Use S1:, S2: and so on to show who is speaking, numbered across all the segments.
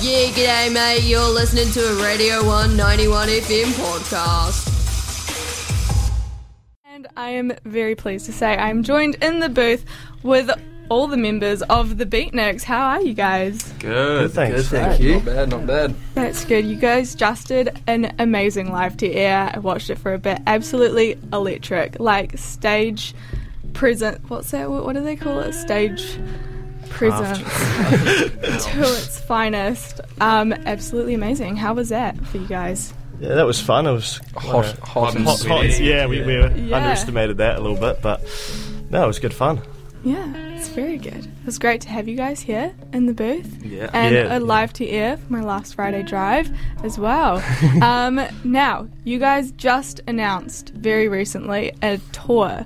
S1: Yeah, g'day, mate. You're listening to a Radio 191 FM podcast.
S2: And I am very pleased to say I'm joined in the booth with all the members of the Beatniks. How are you guys?
S3: Good,
S4: thanks.
S3: good, thank
S4: Right.
S3: you.
S5: Not bad, not bad.
S2: That's good. You guys just did an amazing live to air. I watched it for a bit. Absolutely electric. Like stage present. What's that? What what do they call it? Stage presence to its finest. Um, absolutely amazing. How was that for you guys?
S4: Yeah, that was fun. It was
S5: Hot,
S4: uh,
S5: hot, and
S4: hot, hot.
S5: sweaty.
S4: Yeah, we, we
S2: Yeah.
S4: underestimated that a little bit, but no, it was good fun.
S2: Yeah, it's very good. It was great to have you guys here in the booth.
S3: Yeah.
S2: And
S4: Yeah.
S2: a live to air for my last Friday drive as well. um, now, you guys just announced very recently a tour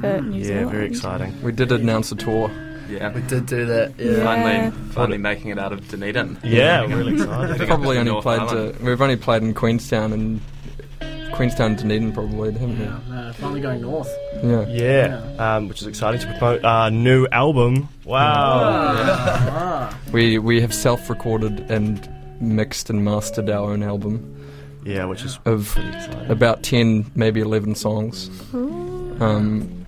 S2: for New
S4: Yeah,
S2: Zealand.
S4: very exciting.
S5: We did announce a tour.
S3: Yeah.
S6: We did do that. Yeah.
S2: Yeah.
S3: Finally, finally making it out of Dunedin.
S4: Yeah, really excited.
S3: Picking up
S6: Probably
S3: the
S6: only
S3: North
S6: played to,
S3: Island.
S6: we've only played in Queenstown and Queenstown Dunedin probably, haven't we?
S7: Yeah, no, finally going north.
S6: Yeah.
S4: Yeah, um, which is exciting to promote our new album. Wow.
S6: We we have self-recorded and mixed and mastered our own album
S4: Yeah, which is
S6: of
S4: pretty exciting.
S6: about 10 maybe 11 songs. Um,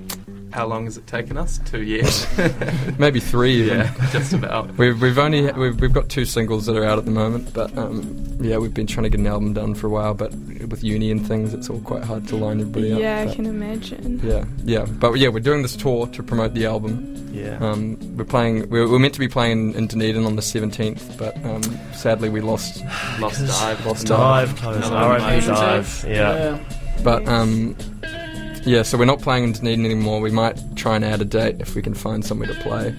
S3: How long has it taken us? Two years.
S6: maybe 3 even.
S3: yeah, just about.
S6: We've, we've only we've, we've got two singles that are out at the moment, but um, yeah, we've been trying to get an album done for a while. But with uni and things, it's all quite hard to line everybody up.
S2: Yeah, I
S6: but-
S2: can imagine.
S6: yeah, yeah. But yeah, we're doing this tour to promote the album.
S4: Yeah.
S6: Um, we're playing. We're, we're meant to be playing in Dunedin on the seventeenth, but um, sadly we lost.
S3: Lost dive.
S6: Lost
S4: Dive, close,
S3: Another
S4: RIP
S3: amazing
S4: dive. Yeah.
S6: But um, yeah, so we're not playing in Dunedin anymore. We might try and add a date if we can find somewhere to play.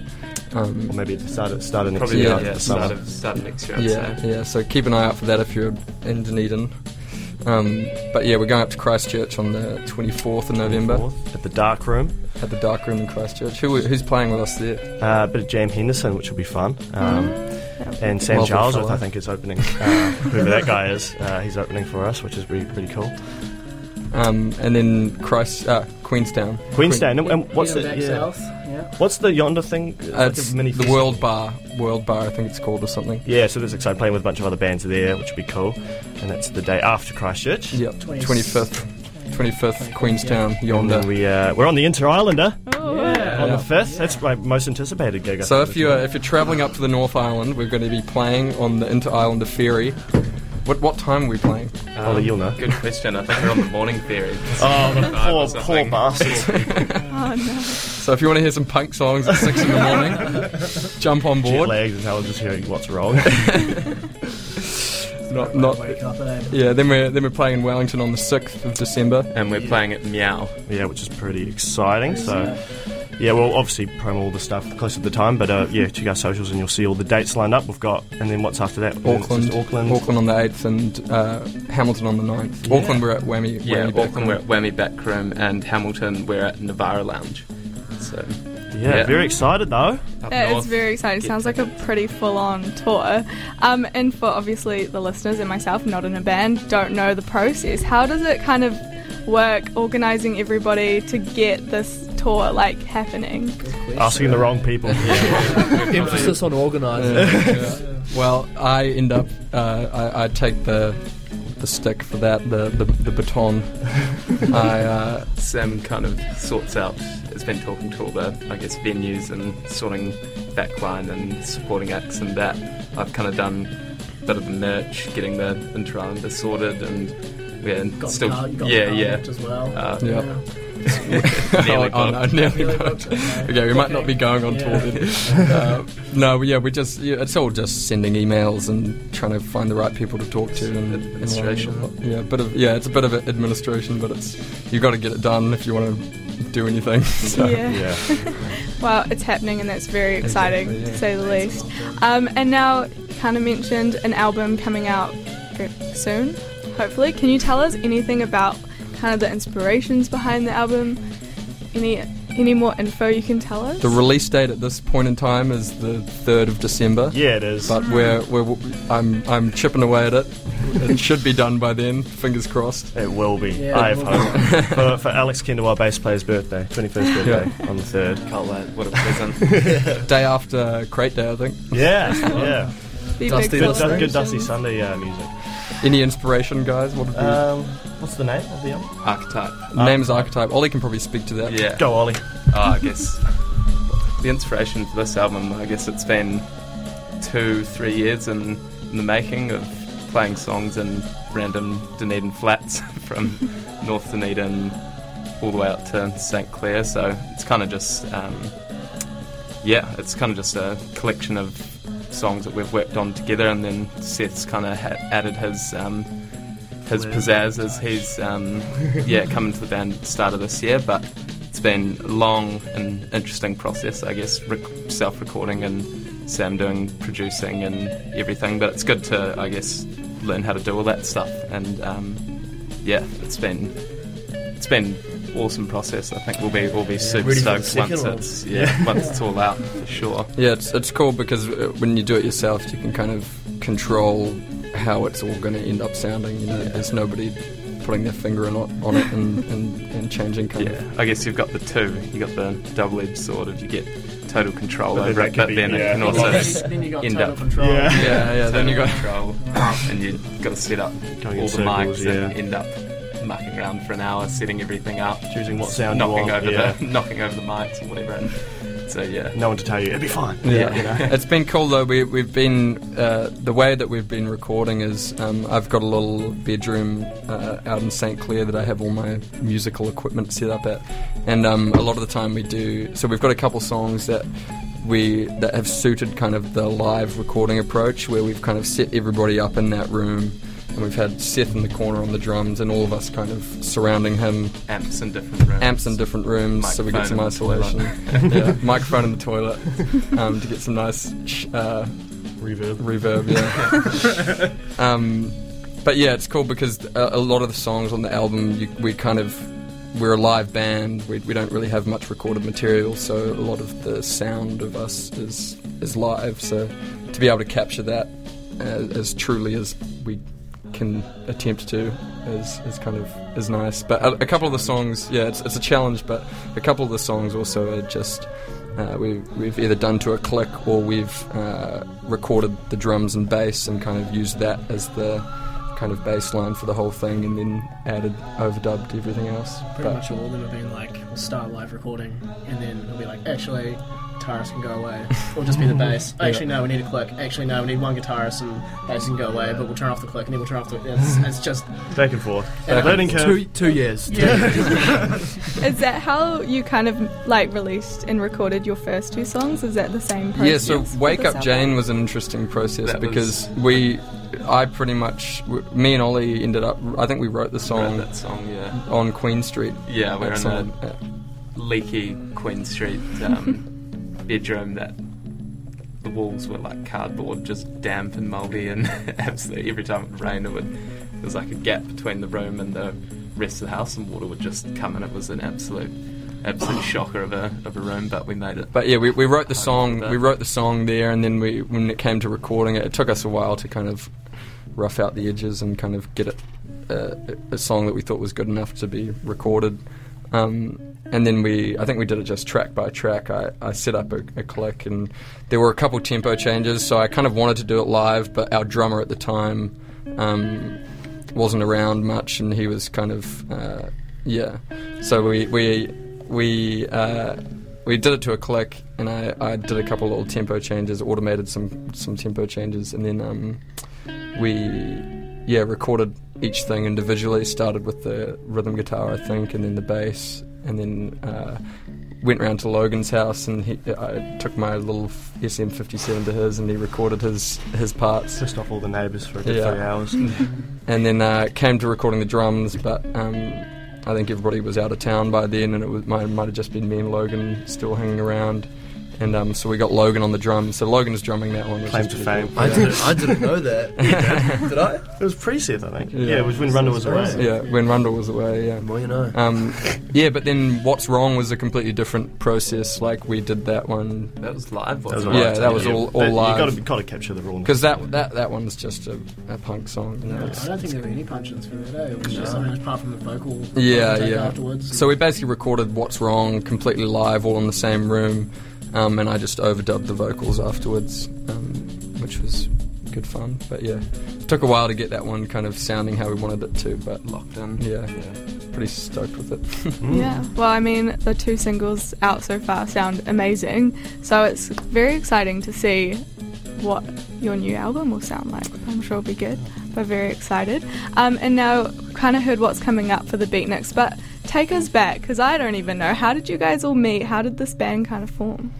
S4: Or
S6: Um,
S4: maybe at the start of, start of next
S3: Probably
S4: year.
S3: yeah,
S4: after the
S3: start
S4: summer.
S3: of start of next year. I'd
S6: yeah,
S3: say.
S6: yeah. So keep an eye out for that if you're in Dunedin. Um, but yeah, we're going up to Christchurch on the twenty fourth of November
S4: At the Dark Room.
S6: at the Dark Room in Christchurch. Who, who's playing with us there?
S4: Uh, a bit of Jam Henderson, which will be fun. Um,
S2: Mm.
S4: and Sam
S6: Lovely
S4: Charlesworth,
S6: fella.
S4: I think, is opening. Uh, whoever that guy is, uh, he's opening for us, which is pretty, pretty cool.
S6: Um, and then Christ, uh, Queenstown.
S4: Queenstown. And, and what's
S7: What's
S4: the
S7: back
S4: yeah.
S7: south? Yeah.
S4: What's the yonder thing? It's
S6: Uh,
S4: like
S6: it's
S4: a mini
S6: the
S4: festival.
S6: World Bar. World Bar, I think it's called or something.
S4: Yeah, so there's exciting playing with a bunch of other bands there, which would be cool. And that's the day after Christchurch.
S6: Yep,
S7: Twenty-
S6: twenty fifth, twenty fifth, Queenstown
S4: And
S6: yonder.
S4: then we uh, we're on the Inter Islander
S2: Oh,
S4: on
S6: Yeah.
S4: the fifth. That's my most anticipated gig. I
S6: So
S4: think,
S6: if
S4: isn't
S6: you're
S4: it?
S6: if you're travelling up to the North Island, we're going to be playing on the Inter Islander ferry. What what time are we playing?
S4: oh, you'll know.
S3: Good question. I think we're on the morning ferry.
S4: Oh, the
S3: Five or
S4: poor, poor
S3: something.
S4: bastard.
S2: oh, no.
S6: So if you want to hear some punk songs at six in the morning, jump on
S4: Jet
S6: board.
S4: lagged, and I was just hearing what's wrong.
S6: Not, not,
S7: Wake up, eh?
S6: yeah. Then we're then we're playing in Wellington on the sixth of December.
S3: And we're playing at Meow.
S4: yeah, which is pretty exciting. So yeah, well, obviously promo all the stuff close to the time, but uh, yeah, check our socials and you'll see all the dates lined up. We've got, and then what's after that?
S6: Auckland,
S4: Just Auckland.
S6: on the eighth, and uh, Hamilton on the 9th. Auckland, we're at Whammy.
S3: Yeah,
S6: Whammy back
S3: Auckland,
S6: room.
S3: we're at Whammy Back Room, and Hamilton, we're at Navara Lounge. So,
S4: Yeah,
S3: Yeah.
S4: very excited though.
S3: up
S2: Yeah,
S3: north.
S2: it's very exciting. Sounds like a pretty full-on tour. Um, and for obviously the listeners and myself, not in a band, don't know the process. How does it kind of work organising everybody to get this tour like happening?
S4: Asking the wrong people.
S7: Emphasis on organising.
S6: Well, I end up, uh, I, I take the the stick for that, the the, the baton. I uh,
S3: Sam um, kind of sorts out, has been talking to all the, I guess, venues and sorting backline and supporting acts and that. I've kind of done a bit of the merch, getting the Inter Islander sorted and yeah, and
S7: Got
S3: still,
S7: the car, you got
S3: yeah,
S7: the car
S3: yeah.
S7: booked as well.
S3: Uh,
S6: yeah.
S3: Nearly
S6: oh, no,
S3: booked.
S6: nearly
S7: Really
S6: booked.
S7: booked, uh, okay.
S6: Okay, we might not be going on tour
S7: Yeah.
S6: then. Uh, no, yeah, we just yeah, it's all just sending emails and trying to find the right people to talk to and
S3: Administration.
S6: Yeah, a bit of yeah, it's a bit of administration, but it's you got to get it done if you want to do anything. So.
S2: Yeah.
S4: yeah.
S2: Well, it's happening, and that's very exciting
S6: Exactly,
S2: to
S6: yeah.
S2: say the least. Um, and now, you kind of mentioned an album coming out ver- soon, hopefully. Can you tell us anything about kind of the inspirations behind the album? Any any more info you can tell us?
S6: The release date at this point in time is the third of December.
S4: Yeah, it is.
S6: but we're, we're I'm I'm chipping away at it. It should be done by then. Fingers crossed.
S4: it will be.
S7: Yeah,
S4: I have
S7: it will
S4: hope. for, for Alex Kendall, our bass player's birthday, 21st birthday, on the 3rd.
S3: Can't wait. What a present.
S6: Day after crate day, I think.
S4: Yeah, yeah.
S2: The
S6: Dusty
S2: big
S4: Good, du- good
S2: celebrations.
S4: Dusty Sunday uh, music.
S6: Any inspiration, guys? What would be
S3: Uh,
S4: Um, what's the name of the album?
S3: Archetype.
S6: the name's archetype? Ollie can probably speak to that.
S3: Yeah.
S4: Go Ollie.
S3: Oh, I guess the inspiration for this album, I guess it's been two, three years in, in the making of playing songs in random Dunedin flats from North Dunedin all the way up to St Clair. So it's kind of just, um, yeah, it's kind of just a collection of songs that we've worked on together, and then Seth's kind of ha- added his. Um, his pizzazz as he's um, yeah come into the band at the start of this year, but it's been a long and interesting process, I guess, rec- self-recording and Sam doing producing and everything. But it's good to, I guess, learn how to do all that stuff. And um, yeah, it's been it's been awesome process. I think we'll be we'll be super
S7: ready for the
S3: stoked once
S7: second one.
S3: it's yeah, once it's all out for sure.
S6: Yeah, it's, it's cool because uh, when you do it yourself, you can kind of control how it's all going to end up sounding. You know, there's nobody putting their finger on it, on it and, and, and changing kind
S3: Yeah, I guess you've got the two. You got the double-edged sword of you get total control
S4: But then
S3: over
S4: that
S3: it,
S4: could
S3: but
S4: be- uh,
S3: then
S4: yeah.
S3: it can
S7: Then
S3: also
S7: you- then you got
S3: end
S7: total
S3: up-
S7: control.
S6: of. Yeah, yeah. Then you got
S3: control, and you've got to set up
S4: Going in
S3: all the
S4: circles,
S3: mics and
S4: yeah.
S3: end up mucking around for an hour, setting everything up,
S4: Choosing what sound you
S3: knocking
S4: want,
S3: over
S4: yeah.
S3: the knocking over the mics and whatever. And so yeah,
S4: No one to tell you. It'll be fine.
S6: Yeah,
S4: You know?
S6: it's been cool though. We, we've been uh, the way that we've been recording is um, I've got a little bedroom uh, out in St Clair that I have all my musical equipment set up at, and um, a lot of the time we do. So we've got a couple songs that we that have suited kind of the live recording approach where we've kind of set everybody up in that room. And we've had Seth in the corner on the drums, and all of us kind of surrounding him,
S3: amps in different rooms.
S6: amps in different rooms, so we get some
S3: Microphone in the
S6: isolation.
S3: toilet.
S6: yeah, microphone in the toilet um, to get some nice sh- uh,
S4: Reverb.
S6: reverb. Yeah. um, but yeah, it's cool because uh, a, a lot of the songs on the album, you, we kind of we're a live band. We, we don't really have much recorded material, so a lot of the sound of us is is live. So to be able to capture that as, as truly as we can attempt to is, is kind of is nice. But a, a couple of the songs, yeah, it's, it's a challenge. But a couple of the songs also are just uh, we we've either done to a click or we've uh, recorded the drums and bass and kind of used that as the kind of bass line for the whole thing and then added overdubbed everything else.
S7: Pretty much all of them have been like, we'll start live recording, and then it'll be like, actually, guitarists can go away. Or just be the bass. Actually, no, we need a click. Actually, no, we need one guitarist and bass can go away, but we'll turn off the click, and then we'll turn off the. It's, it's just.
S4: Back and forth.
S7: Yeah.
S4: Learning curve.
S8: Two two years.
S7: Yeah.
S2: Is that how you kind of like released and recorded your first two songs? Is that the same process?
S6: Yeah, so
S2: for
S6: Wake
S2: this
S6: Up Jane
S2: album?
S6: was an interesting process
S3: That
S6: because we, I pretty much, w- me and Ollie ended up, I think we wrote the
S3: Wrote
S6: song
S3: that song, yeah,
S6: on Queen Street.
S3: yeah, we're in
S6: outside,
S3: a
S6: uh,
S3: leaky Queen Street um, bedroom that the walls were like cardboard, just damp and mouldy, and absolutely every time it rained, it would there was like a gap between the room and the rest of the house, and water would just come in. It was an absolute, absolute shocker of a of a room, but we made it.
S6: But yeah, we, we wrote the
S3: Kind of
S6: song.
S3: that.
S6: We wrote the song there, and then we when it came to recording it, it took us a while to kind of rough out the edges and kind of get it uh, a song that we thought was good enough to be recorded. Um, and then we, I think we did it just track by track. I, I set up a, a click, and there were a couple tempo changes. So I kind of wanted to do it live, but our drummer at the time um, wasn't around much, and he was kind of uh, yeah. So we we we. Uh, we did it to a click, and I, I did a couple little tempo changes, automated some some tempo changes, and then um, we yeah recorded each thing individually. Started with the rhythm guitar, I think, and then the bass, and then uh, went round to Logan's house, and he, I took my little SM57 to his, and he recorded his his parts
S4: Pissed off all the neighbours for a good
S6: Yeah.
S4: three hours.
S6: and then uh, came to recording the drums, but um, I think everybody was out of town by then, and it was, might, might have just been me and Logan still hanging around. And um, so we got Logan on the drums. So Logan's drumming that one. which
S4: Claim to
S6: is
S4: fame.
S6: pretty cool.
S8: I didn't I didn't know that. Did I?
S4: It was pre-Seth, I think. Yeah,
S6: Yeah.
S4: it was when Runda was away.
S6: Yeah, when Rundle was away. Yeah.
S8: Well, you know.
S6: Um, yeah, but then What's Wrong was a completely different process. Like we did that one
S3: That was live,
S4: That was
S3: wasn't
S4: all
S3: it?
S6: Yeah,
S4: right,
S6: that was all- all
S4: But
S6: live.
S4: You got to capture the rawness.
S6: because that, that that one's just a, a punk song. You know,
S7: No,
S6: it's-
S7: I don't think there were any punches for that, eh? It was just something apart from the vocal.
S6: Yeah,
S7: take
S6: yeah.
S7: Afterwards.
S6: So we basically recorded What's Wrong completely live, all in the same room, um, and I just overdubbed the vocals afterwards, um, which was good fun. But yeah, took a while to get that one kind of sounding how we wanted it to, but
S5: Locked in.
S6: yeah, pretty stoked with it.
S2: Yeah. Well, I mean, the two singles out so far sound amazing. So it's very exciting to see what your new album will sound like. I'm sure it'll be good. We're very excited. Um, and now, kind of heard what's coming up for the Beatniks, but take us back because I don't even know. How did you guys all meet? How did this band kind of form?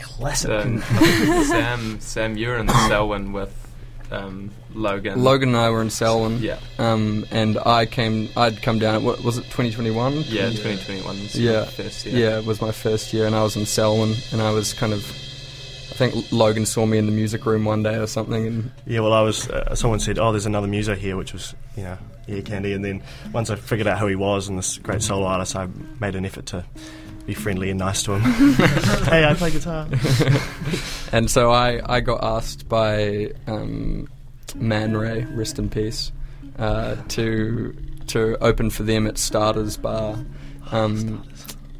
S7: Classic.
S3: Um, Sam, Sam, you were in the Selwyn with um, Logan.
S6: Logan and I were in Selwyn.
S3: Yeah.
S6: Um, and I came, I'd come down. What was it? 2021.
S3: Yeah, 2021. was
S6: Yeah.
S3: the First
S6: Yeah.
S3: year.
S6: it was my first year, and I was in Selwyn, and I was kind of, I think Logan saw me in the music room one day or something, and
S4: Yeah, well, I was. Uh, someone said, "Oh, there's another muso here," which was, you know, ear candy. And then once I figured out who he was and this great solo artist, I made an effort to be friendly and nice to him. hey, I play guitar.
S6: and so I, I got asked by um, Man Ray, rest in peace, uh, to to open for them at Starters Bar, um,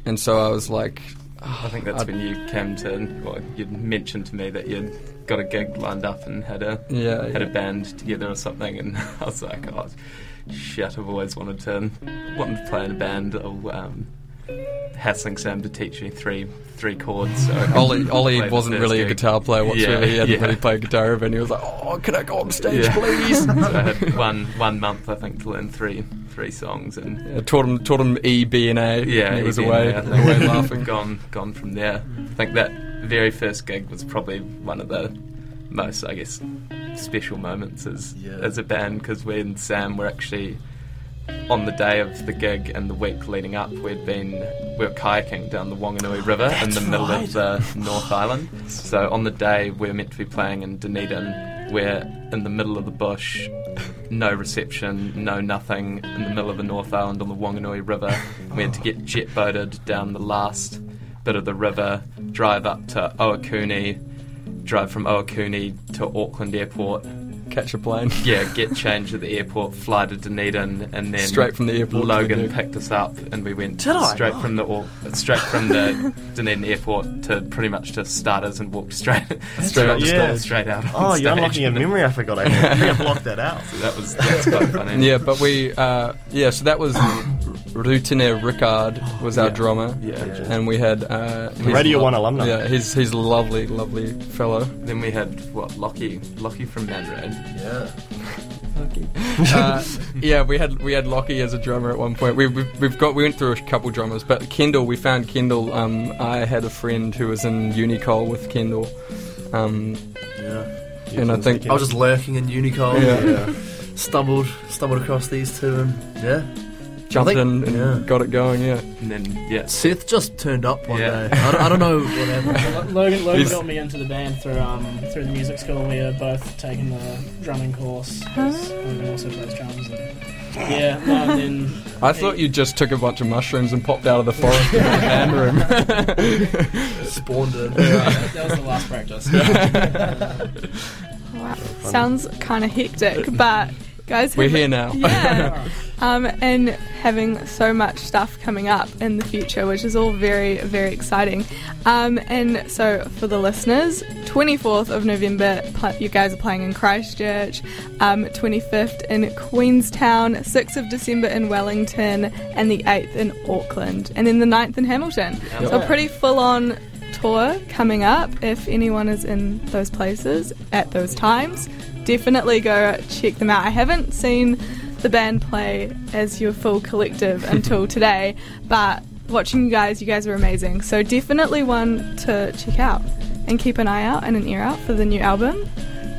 S6: and so I was like,
S3: I think that's
S6: I'd-
S3: when you came to. Well, you'd mentioned to me that you'd got a gig lined up and had a
S6: Yeah,
S3: had
S6: yeah.
S3: a band together or something, and I was like, oh shit, I've always wanted to wanted to play in a band. I'll um, hassling Sam to teach me three three chords. So I can
S6: Ollie,
S3: play
S6: Ollie
S3: the
S6: wasn't
S3: first
S6: really a
S3: gig.
S6: guitar player whatsoever.
S3: Yeah,
S6: he hadn't
S3: yeah.
S6: really played guitar, and he was like, "Oh, can I go on stage,
S3: Yeah.
S6: please?"
S3: so I had one one month, I think, to learn three three songs, and
S6: I taught him taught him E, B, and A.
S3: yeah,
S6: and he was
S3: even,
S6: away,
S3: uh,
S6: away laughing.
S3: Gone, gone from there. I think that very first gig was probably one of the most, I guess, special moments as
S8: Yeah.
S3: as a band because we and Sam were actually on the day of the gig and the week leading up, we'd been we were kayaking down the Wanganui River in the middle of the North Island. So on the day we were meant to be playing in Dunedin, we're in the middle of the bush, no reception, no nothing, in the middle of the North Island on the Wanganui River. We had to get jet boated down the last bit of the river, drive up to Oakuni, drive from Oakuni to Auckland Airport,
S6: Catch a plane.
S3: yeah, get changed at the airport, fly to Dunedin, and then
S6: Straight from the airport to
S3: Logan
S6: Dunedin.
S3: picked us up, and we went
S8: Did I?
S3: straight
S8: Oh.
S3: from the au- straight from the Dunedin airport to pretty much to starters and walked straight straight up
S4: right, yeah.
S3: straight out. On
S4: Oh,
S3: stage.
S4: you're unlocking a memory. I forgot. I had. I think I blocked that out.
S3: That was that's quite funny.
S6: Yeah, but we, uh, yeah, so that was Routine Rickard was our
S3: Yeah.
S6: drummer.
S3: Yeah.
S6: And we had. Uh, he's
S4: Radio
S6: lo-
S4: 1 alumni.
S6: Yeah, he's, he's a lovely, lovely fellow.
S3: Then we had what Lockie, Lockie from Manred.
S8: Yeah.
S6: Uh, yeah, we had we had Lockie as a drummer at one point. We, we've, we've got we went through a couple drummers, but Kendall we found Kendall. Um, I had a friend who was in Unicol with Kendall, um,
S8: Yeah.
S6: and I think
S8: I was just lurking in Unicol.
S6: Yeah.
S8: Stumbled, stumbled across these two, and yeah.
S6: jumped
S8: I think-
S6: in and
S8: yeah.
S6: got it going. Yeah,
S3: And then yeah,
S8: Seth just turned up one
S3: Yeah.
S8: day. I, don't- I don't know what happened.
S7: Logan, Logan
S6: He's-
S7: got me into the band through um, through the music school. We were both taking the drumming course. 'cause Logan also plays drums. And, yeah, no, and then
S6: I thought you just took a bunch of mushrooms and popped out of the forest in the band room.
S8: Spawned in.
S7: that that was the last practice.
S2: Wow. Sounds kind of hectic, but guys,
S6: We're
S2: have-
S6: here now.
S2: Yeah. um, and having so much stuff coming up in the future, which is all very, very exciting. Um, and so for the listeners, 24th of November, pl- you guys are playing in Christchurch, um, 25th in Queenstown, 6th of December in Wellington, and the 8th in Auckland, and then the 9th in Hamilton. So a pretty full on tour coming up. If anyone is in those places at those times, definitely go check them out. I haven't seen the band play as your full collective until today, but watching you guys, you guys are amazing. So definitely one to check out and keep an eye out and an ear out for the new album.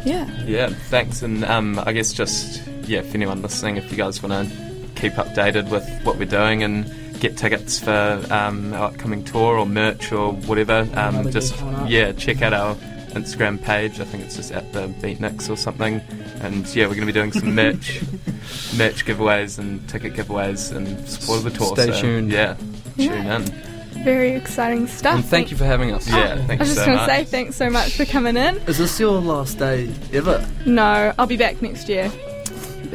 S2: Yeah.
S3: Yeah, thanks. And um, I guess just yeah, if anyone listening, if you guys want to keep updated with what we're doing and get tickets for um, our upcoming tour or merch or whatever, um,
S7: Another
S3: just
S7: gig coming up.
S3: yeah, check out our Instagram page. I think it's just at the Beatniks or something. And yeah, we're going to be doing some merch, merch giveaways and ticket giveaways and support of the tour.
S6: Stay
S3: so,
S6: tuned.
S3: Yeah,
S2: Yeah.
S3: tune in.
S2: Very exciting stuff.
S6: and thank you for having us.
S3: Yeah,
S2: Oh, I
S3: thanks
S2: was just
S3: so
S2: going to
S3: much.
S2: say thanks so much for coming in.
S8: Is this your last day ever?
S2: No, I'll be back next year.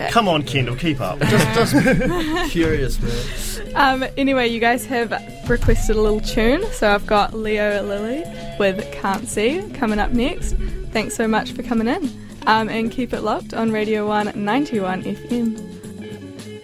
S4: Come on, Kendall, keep up.
S8: Just, just curious, man.
S2: Um, anyway, you guys have requested a little tune, so I've got Leo Lilly with Can't See coming up next. Thanks so much for coming in. um, and keep it locked on Radio 1 91 FM.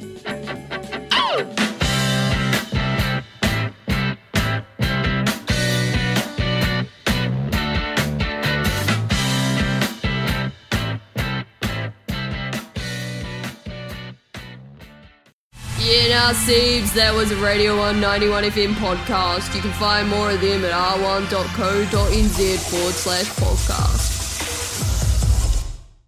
S1: Yeah, now, Siebes, that was a Radio 191 FM podcast. You can find more of them at r1.co.nz forward slash podcast.